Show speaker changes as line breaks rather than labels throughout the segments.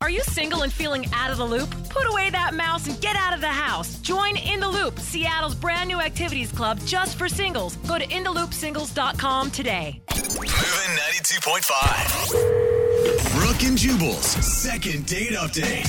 Are you single and feeling out of the loop? Put away that mouse and get out of the house. Join In the Loop, Seattle's brand new activities club just for singles. Go to intheloopsingles.com today.
Moving 92.5. Brooke and Jubal's second date update.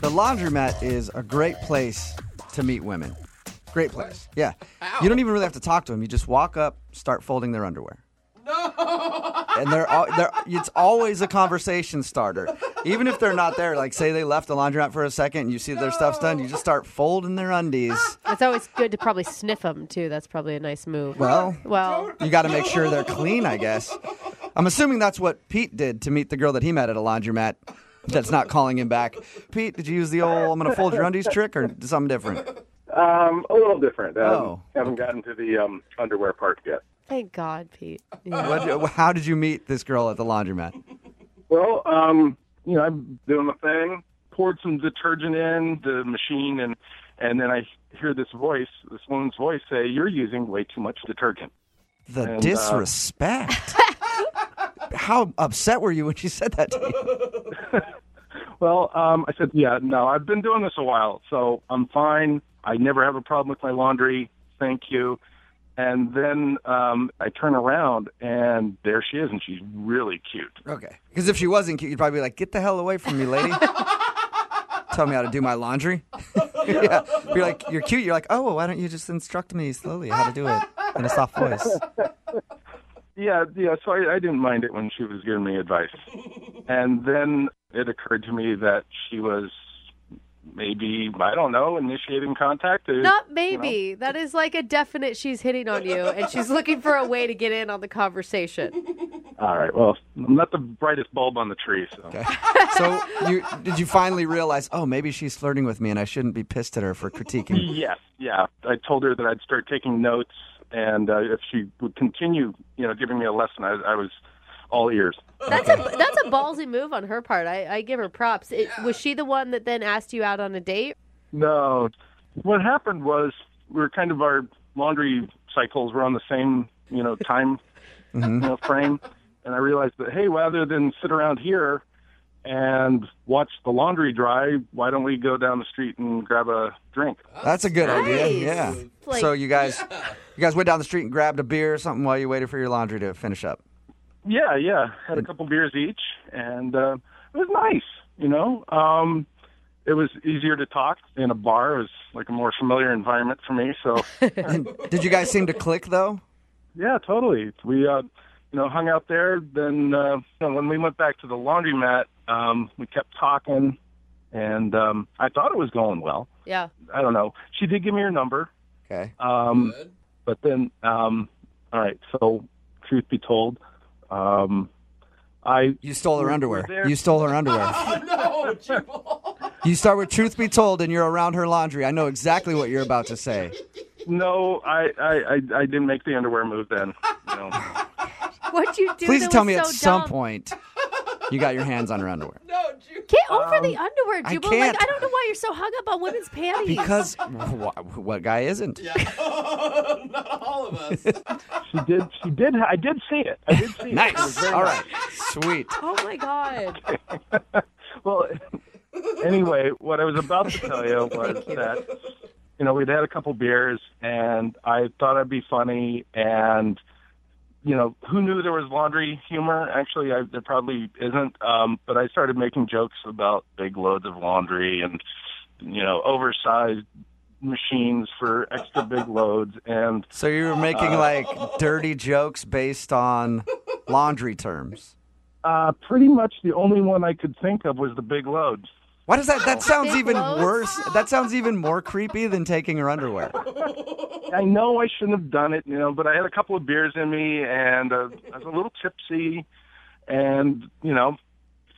The laundromat is a great place to meet women. Great place. Yeah. You don't even really have to talk to them. You just walk up, start folding their underwear. No. And they're, all, they're it's always a conversation starter. Even if they're not there, like say they left the laundromat for a second and you see their stuff's done, you just start folding their undies.
It's always good to probably sniff them too. That's probably a nice move.
Well,
well,
you got to make sure they're clean, I guess. I'm assuming that's what Pete did to meet the girl that he met at a laundromat. That's not calling him back. Pete, did you use the old "I'm gonna fold your undies" trick or something different?
Um, a little different. Um,
Oh.
Haven't gotten to the um, underwear part yet.
thank God, Pete. Yeah.
What, how did you meet this girl at the laundromat?
Well, um, you know, I'm doing my thing. Poured some detergent in the machine, and and then I hear this voice, this woman's voice, say, "You're using way too much detergent."
The
And, uh,
disrespect. how upset were you when she said that to you?
Well, um, I said, "Yeah, no, I've been doing this a while, so I'm fine. I never have a problem with my laundry. Thank you." And then um, I turn around, and there she is, and she's really cute.
Okay. Because if she wasn't cute, you'd probably be like, "Get the hell away from me, lady." Tell me how to do my laundry. yeah. You're like, you're cute. You're like, oh, well, why don't you just instruct me slowly how to do it in a soft voice?
Yeah, yeah. So I, I didn't mind it when she was giving me advice. and then it occurred to me that she was maybe, I don't know, initiating contact. It-
Not maybe. That is like a definite she's hitting on you and she's looking for a way to get in on the conversation.
All right. Well, I'm not the brightest bulb on the tree. So.
So you did you finally realize, oh, maybe she's flirting with me and I shouldn't be pissed at her for critiquing.
Yes. Yeah. I told her that I'd start taking notes, and uh, if she would continue, you know, giving me a lesson, I, I was all ears.
That's a that's a ballsy move on her part. I, I give her props. It, was she the one that then asked you out on a date?
No. What happened was we were kind of our laundry cycles were on the same, you know, time you know, frame. And I realized that, hey, rather than sit around here and watch the laundry dry, why don't we go down the street and grab a drink?
That's a good idea.
Nice.
Yeah.
Like-
so you guys you guys went down the street and grabbed a beer or something while you waited for your laundry to finish up.
Yeah, yeah. Had a couple beers each, and uh, it was nice, you know. Um, it was easier to talk in a bar. It was like a more familiar environment for me, so.
And did you guys seem to click though?
Yeah, totally. We, uh, you know, hung out there. Then uh, you know, when we went back to the laundromat, um, we kept talking, and um, I thought it was going well.
Yeah.
I don't know. She did give me her number,
Okay.
um, but then, um, all right. So, truth be told, um, I
You stole her
We're-
underwear.
we're there. Oh,
You stole her underwear. You start with truth be told and you're around her laundry. I know exactly what you're about to say.
no, I I, I, I didn't make the underwear move then. You know.
What'd you do?
Please
that
tell
was
me at
so
some
dumb?
point you got your hands on her underwear.
Get over the underwear,
Um, I
Jubal.
can't.
Like I don't know why you're so hung up on women's panties.
Because wh- what guy isn't?
she did. She did. I did see it. I did see it. It was
Nice.
very
All right. Sweet.
Oh my god.
Well, anyway, what I was about to tell you was that you know we'd had a couple beers, and I thought I'd be funny, and you know who knew there was laundry humor? Actually, I, there probably isn't. Um, but I started making jokes about big loads of laundry and you know oversized machines for extra big loads, and
So you were
Uh.
making like dirty jokes based on laundry terms.
uh, pretty much the only one I could think of was the big loads.
Why does that? That sounds
Big
even
loads?
worse. That sounds even more creepy than taking her underwear.
I know I shouldn't have done it, you know, but I had a couple of beers in me and uh, I was a little tipsy, and you know,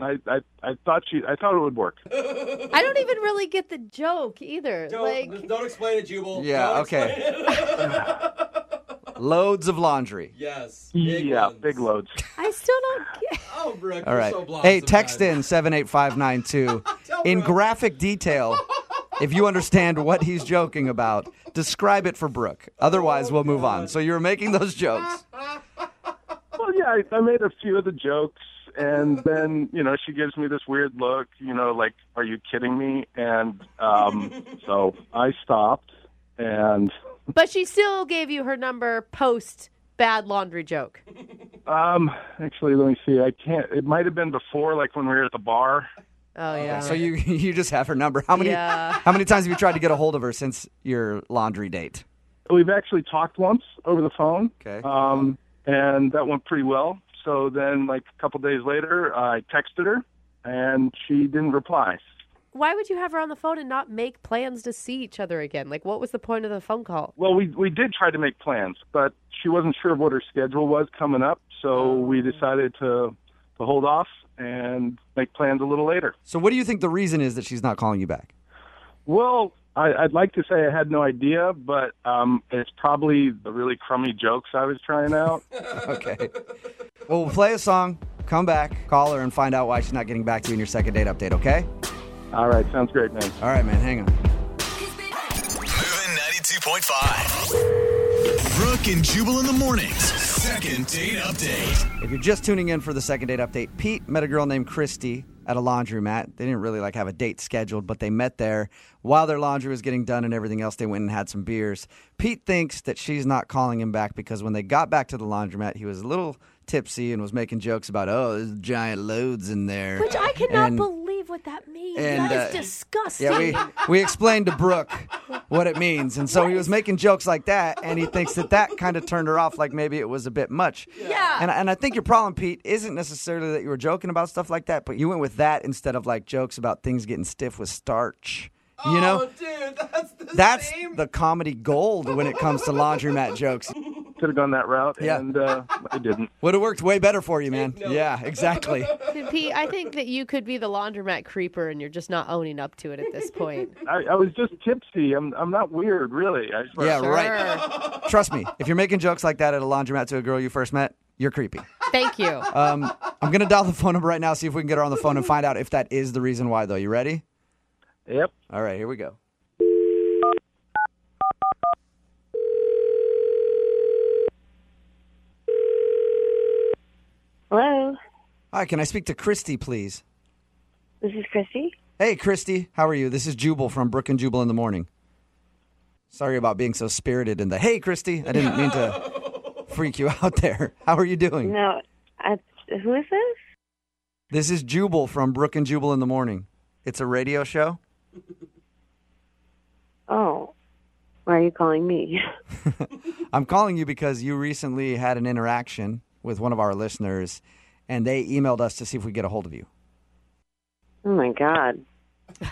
I, I I thought she I thought it would work.
I don't even really get the joke either. like
Don't, don't explain it, Jubal.
Yeah.
Don't explain
Okay.
it.
Loads of laundry.
Yes.
yeah,
ones.
big loads.
I still don't get
Oh, Brooke,
All
you're
right.
so blind
hey, text
sometimes.
in seven eight five nine two in graphic detail. If you understand what he's joking about, describe it for Brooke. Otherwise, we'll move on. So you were making those jokes.
well, yeah, I, I made a few of the jokes, and then you know she gives me this weird look, you know, like, "Are you kidding me?" And um, so I stopped, and
But she still gave you her number post bad laundry joke.
um, actually, let me see. I can't. It might have been before, like when we were at the bar.
Oh yeah.
So you you just have her number. How many
Yeah.
how many times have you tried to get a hold of her since your laundry date?
We've actually talked once over the phone.
Okay.
Um, and that went pretty well. So then, like a couple days later, I texted her, and she didn't reply.
Why would you have her on the phone and not make plans to see each other again? Like what was the point of the phone call?
Well, we we did try to make plans, but she wasn't sure of what her schedule was coming up,
Oh.
so we decided to to hold off and make plans a little later.
So what do you think the reason is that she's not calling you back?
Well, I, I'd like to say I had no idea, but um, it's probably the really crummy jokes I was trying out.
Okay. Well, we'll play a song, come back, call her, and find out why she's not getting back to you in your second date update. Okay.
All right, sounds great, man.
All right, man. Hang on.
Moving 92.5. Brooke and Jubal in the mornings. Second date update.
If you're just tuning in for the second date update, Pete met a girl named Christy at a laundromat. They didn't really like have a date scheduled, but they met there while their laundry was getting done and everything else. They went and had some beers. Pete thinks that she's not calling him back because when they got back to the laundromat, he was a little tipsy and was making jokes about oh, there's giant loads in there.
Which I cannot
And-
believe what that means.
and,
that is
uh,
disgusting.
Yeah, we, we explained to Brooke what it means. And so he was making jokes like that, and he thinks that that kind of turned her off, like maybe it was a bit much.
Yeah.
And, and I think your problem, Pete, isn't necessarily that you were joking about stuff like that, but you went with that instead of like jokes about things getting stiff with starch. You know,
oh, dude, that's the
that's
same.
the comedy gold when it comes to laundromat jokes.
Could have gone that route,
Yeah.
and uh, I didn't.
Would have worked way better for you, man. Yeah, exactly.
And Pete, I think that you could be the laundromat creeper and you're just not owning up to it at this point.
I, I was just tipsy. I'm I'm not weird, really. I swear.
Yeah, right.
Sure.
Trust me, if you're making jokes like that at a laundromat to a girl you first met, you're creepy.
Thank you.
Um, I'm gonna dial the phone number right now, see if we can get her on the phone and find out if that is the reason why. Though, you ready?
Yep.
All right, here we go.
Hello,
Hi, can I speak to Christy, please?
this is Christy.
Hey, Christy, how are you? This is Jubal from Brook and Jubal in the morning. Sorry about being so spirited in the. Hey, Christy, I didn't mean to freak you out there. How are you doing?
No, I, who is this?
This is Jubal from Brook and Jubal in the morning. It's a radio show.
Oh, why are you calling me?
I'm calling you because you recently had an interaction with one of our listeners, and they emailed us to see if we could get a hold of you.
Oh my God.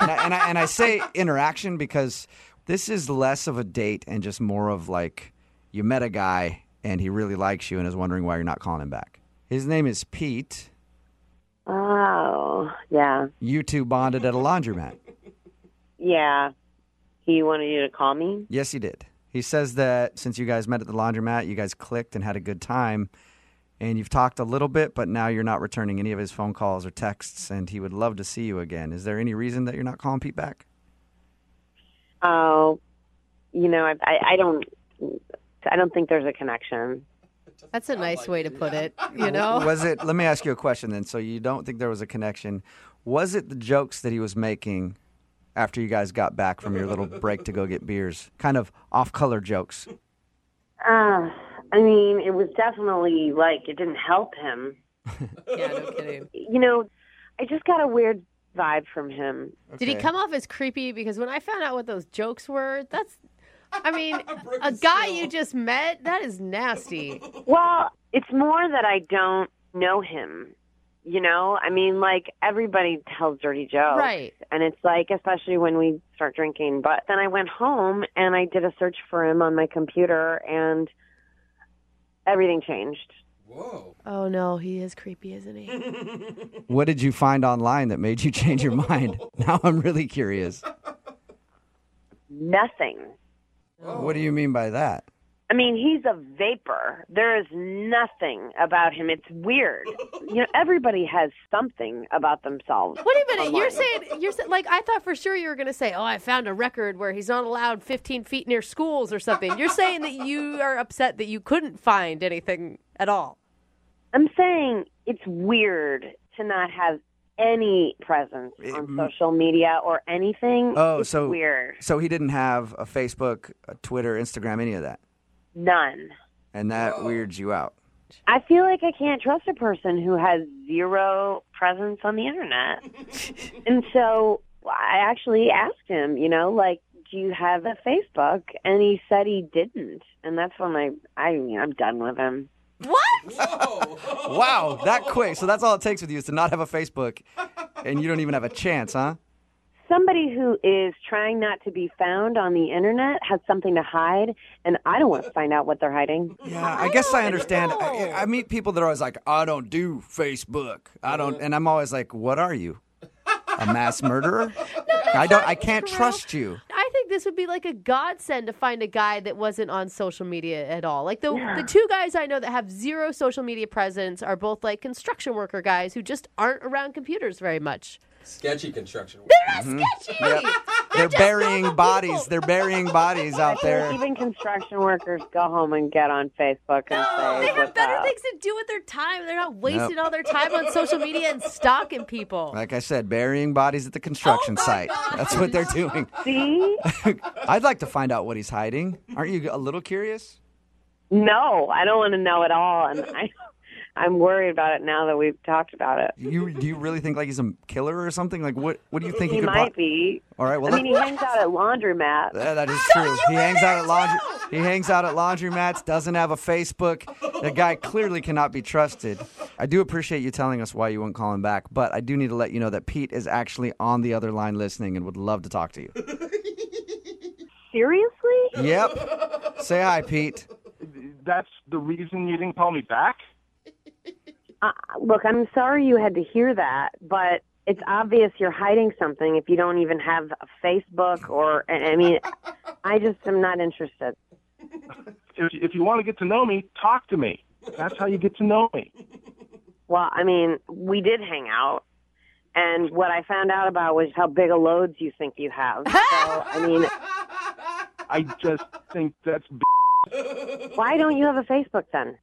and, I, and, I, and I say interaction because this is less of a date and just more of like you met a guy and he really likes you and is wondering why you're not calling him back. His name is Pete.
Oh, yeah,
You two bonded at a laundromat.
yeah. He wanted you to call me.
Yes, he did. He says that since you guys met at the laundromat, you guys clicked and had a good time. And you've talked a little bit, but now you're not returning any of his phone calls or texts, and he would love to see you again. Is there any reason that you're not calling Pete back?
Oh, you know, I, I, I don't, I don't think there's a connection.
That's a nice way to put it, you know?
was it let me ask you a question then so you don't think there was a connection was it the jokes that he was making after you guys got back from your little break to go get beers kind of off color jokes
Uh, I mean, it was definitely like it didn't help him.
Yeah, no kidding.
You know, I just got a weird vibe from him.
Did he
Okay.
come off as creepy? Because when I found out what those jokes were, that's, I mean, a guy you just met, that is nasty.
Well, it's more that I don't know him. You know, I mean, like everybody tells dirty jokes,
Right.
And it's like, especially when we start drinking. But then I went home and I did a search for him on my computer, and everything changed.
Whoa.
Oh no, he is creepy, isn't he?
what did you find online that made you change your mind now i'm really curious
Nothing.
what do you mean by that
I mean, he's a vapor. There is nothing about him. It's weird. you know, everybody has something about themselves.
Wait a minute, you're
online.
saying you're sa- like I thought for sure you were gonna say, oh, I found a record where he's not allowed 15 feet near schools or something. You're saying that you are upset that you couldn't find anything at all.
I'm saying it's weird to not have any presence on social media or anything.
Oh,
It's
so
weird.
So he didn't have a Facebook, a Twitter, Instagram, any of that,
None.
and that weirds you out.
I feel like I can't trust a person who has zero presence on the internet. and so I actually asked him, you know, like, do you have a Facebook? And he said he didn't. And that's when I, I mean, I'm done with him.
Wow, that quick. So that's all it takes with you is to not have a Facebook, and you don't even have a chance, huh?
Somebody who is trying not to be found on the internet has something to hide, and I don't want to find out what they're hiding.
Yeah, I, guess I understand. I, I meet people that are always like, "I don't do Facebook. I don't," and I'm always like, "What are you? A mass murderer? I don't. I can't trust you."
I think this would be like a godsend to find a guy that wasn't on social media at all. Like the the two guys I know that have zero social media presence are both like construction worker guys who just aren't around computers very much.
Sketchy construction. work.
Yep. They're burying bodies. They're burying bodies out there.
Even construction workers go home and get on Facebook and say,
They have
what's
better
up.
things to do with their time. They're not wasting all their time on social media and stalking people.
Like I said, burying bodies at the construction site. That's what they're doing.
See?
I'd like to find out what he's hiding. Aren't you a little curious?
No, I don't want to know at all, and I, I'm worried about it now that we've talked about it.
You do you really think like he's a killer or something? Like what? What do you think he,
He
could?
might
po-
be.
All right. Well,
I mean, he
let-
hangs out at laundromat.
Yeah, that is true. He hangs out at laundry. He hangs out at laundromats. Doesn't have a Facebook. The guy clearly cannot be trusted. I do appreciate you telling us why you won't call him back, but I do need to let you know that Pete is actually on the other line listening and would love to talk to you.
Seriously?
Yep. Say hi, Pete.
That's the reason you didn't call me back?
Uh, Look, I'm sorry you had to hear that, but it's obvious you're hiding something if you don't even have a Facebook or. I I mean, I just am not interested.
If, if you want to get to know me, talk to me. That's how you get to know me.
Well, I mean, we did hang out, and what I found out about was how big a loads you think you have. So, I mean,
I just think that's. B-
why don't you have a Facebook then?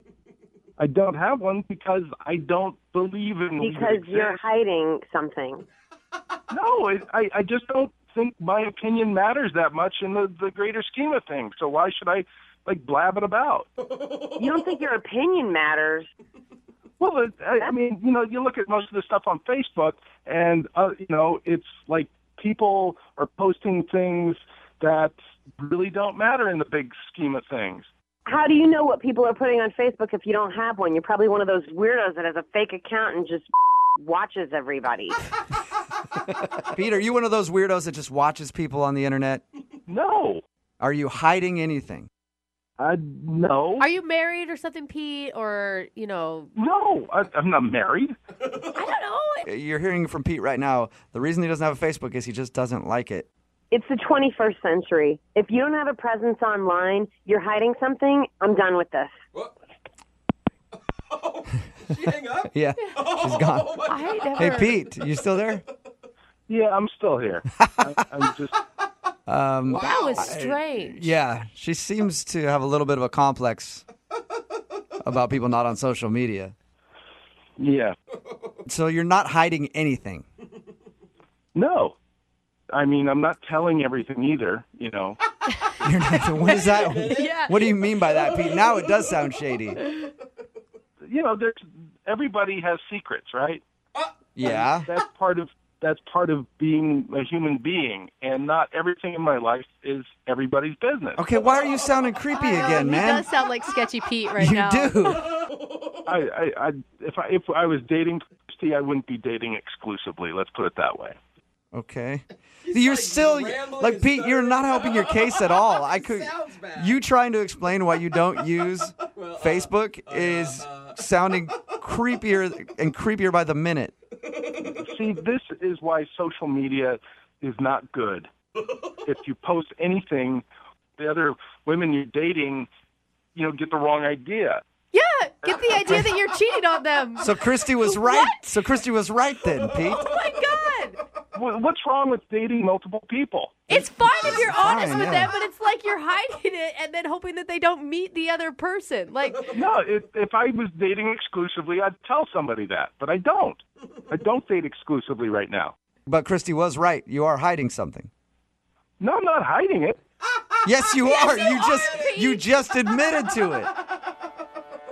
I don't have one because I don't believe in. what
Because you're
exists.
hiding something.
No, I, I, I just don't think my opinion matters that much in the, the greater scheme of things. So why should I, like, blab it about?
You don't think your opinion matters?
Well, it- I, I mean, you know, you look at most of the stuff on Facebook, and uh, you know, it's like people are posting things that really don't matter in the big scheme of things.
How do you know what people are putting on Facebook if you don't have one? You're probably one of those weirdos that has a fake account and just watches everybody.
Pete, are you one of those weirdos that just watches people on the internet?
No,
Are you hiding anything?
I no,
Are you married or something, Pete? Or you know,
no, I, I'm not married.
I don't know.
You're hearing from Pete right now. The reason he doesn't have a Facebook is he just doesn't like it.
It's the 21st century. If you don't have a presence online, you're hiding something. I'm done with this.
What? Oh, she hang up?
Yeah,
Oh,
she's gone.
I never.
Hey, Pete, you still there?
Yeah, I'm still here. I, I'm just
Um,
That was strange.
Yeah, she seems to have a little bit of a complex about people not on social media.
yeah,
So you're not hiding anything.
no. I mean, I'm not telling everything either. You know,
You're not, what is that?
Yeah.
What do you mean by that, Pete? Now it does sound shady.
you know, there's everybody has secrets, right?
Yeah.
that's part of that's part of being a human being, and not everything in my life is everybody's business.
Okay, why are you sounding creepy again,
he
man?
does sound like sketchy Pete right
You
now.
do.
I, I, I, if I if I was dating Christy, I wouldn't be dating exclusively. Let's put it that way.
Okay. you're still
rambling
like
and
Pete. You're
stuttering.
not helping your case at all. I could.
Sounds bad.
You trying to explain why you don't use Facebook is sounding creepier and creepier by the minute.
See, this is why social media is not good. if you post anything, the other women you're dating, you know, get the wrong idea.
Yeah, get the idea that you're cheating on them.
So Christy was right. So Christy was right then, Pete.
oh my God.
wh- what's wrong with dating multiple people?
It's fine if you're
fine,
honest with
yeah.
them, but it's like you're hiding it and then hoping that they don't meet the other person. Like,
No, if, if I was dating exclusively, I'd tell somebody that, but I don't. I don't date exclusively right now.
But Christy was right. You are hiding something.
No, I'm not hiding it.
Yes, you
Yes,
are.
you
You just
are, Pete.
you just admitted to it.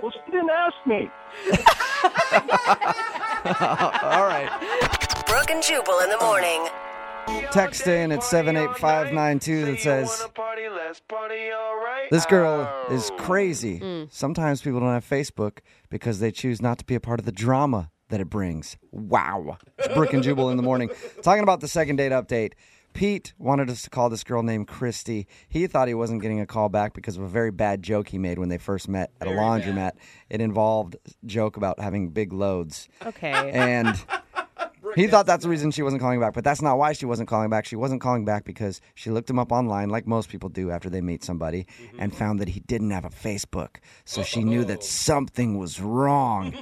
Well, she didn't ask me.
All right.
Brooke and Jubal in the morning.
Text in at 78592 that says This girl is crazy. Sometimes people don't have Facebook because they choose not to be a part of the drama that it brings. Wow. It's Brooke and Jubal in the morning. Talking about the second date update. Pete wanted us to call this girl named Christy. He thought he wasn't getting a call back because of a very bad joke he made when they first met at a laundromat. It involved a joke about having big loads.
okay.
And he thought that's the reason she wasn't calling back, but that's not why she wasn't calling back. She wasn't calling back because she looked him up online, like most people do after they meet somebody,
Mm-hmm.
and found that he didn't have a Facebook. So she knew
Oh.
that something was wrong,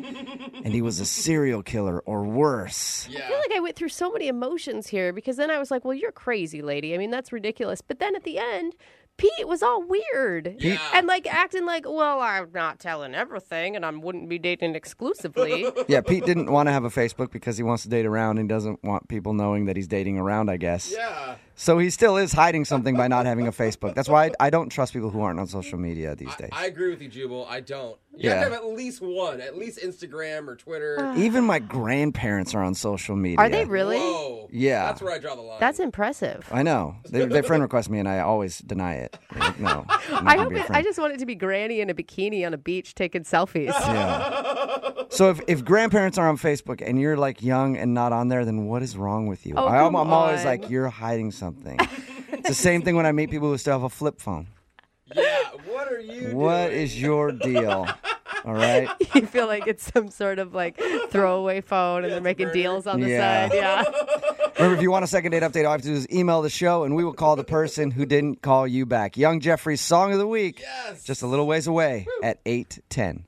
and he was a serial killer or worse.
I feel like I went through so many emotions here because then I was like, well, you're crazy, lady. I mean, that's ridiculous. But then at the end, Pete was all weird and like acting like, well, I'm not telling everything and I wouldn't be dating exclusively.
Yeah, Pete didn't want to have a Facebook because he wants to date around and doesn't want people knowing that he's dating around, I guess. Yeah. So he still is hiding something by not having a Facebook. That's why I, I don't trust people who aren't on social media these days.
I agree with you, Jubal. I don't. You
Yeah. Uh.
have to have at least one, at least Instagram or Twitter.
Even my grandparents are on social media.
Are they really?
Whoa.
Yeah.
That's where I draw the line.
That's impressive.
I know. They, they friend request me, and I always deny it. Like, no. I'm not
I
gonna
hope
be a
it, I
friend.
just want it to be granny in a bikini on a beach taking selfies.
Yeah. So if, if grandparents are on Facebook and you're like young and not on there, then what is wrong with you?
Oh,
I, am
come
always
on.
like, you're hiding something. it's the same thing when I meet people who still have a flip phone.
yeah. What are you
What is your deal? All right.
you feel like it's some sort of like throwaway phone and they're making deals on the
Yeah.
side. Yeah.
Remember, if you want a second date update, all I have to do is email the show, and we will call the person who didn't call you back. Young Jeffrey's song of the week, yes. just a little ways away at eight ten.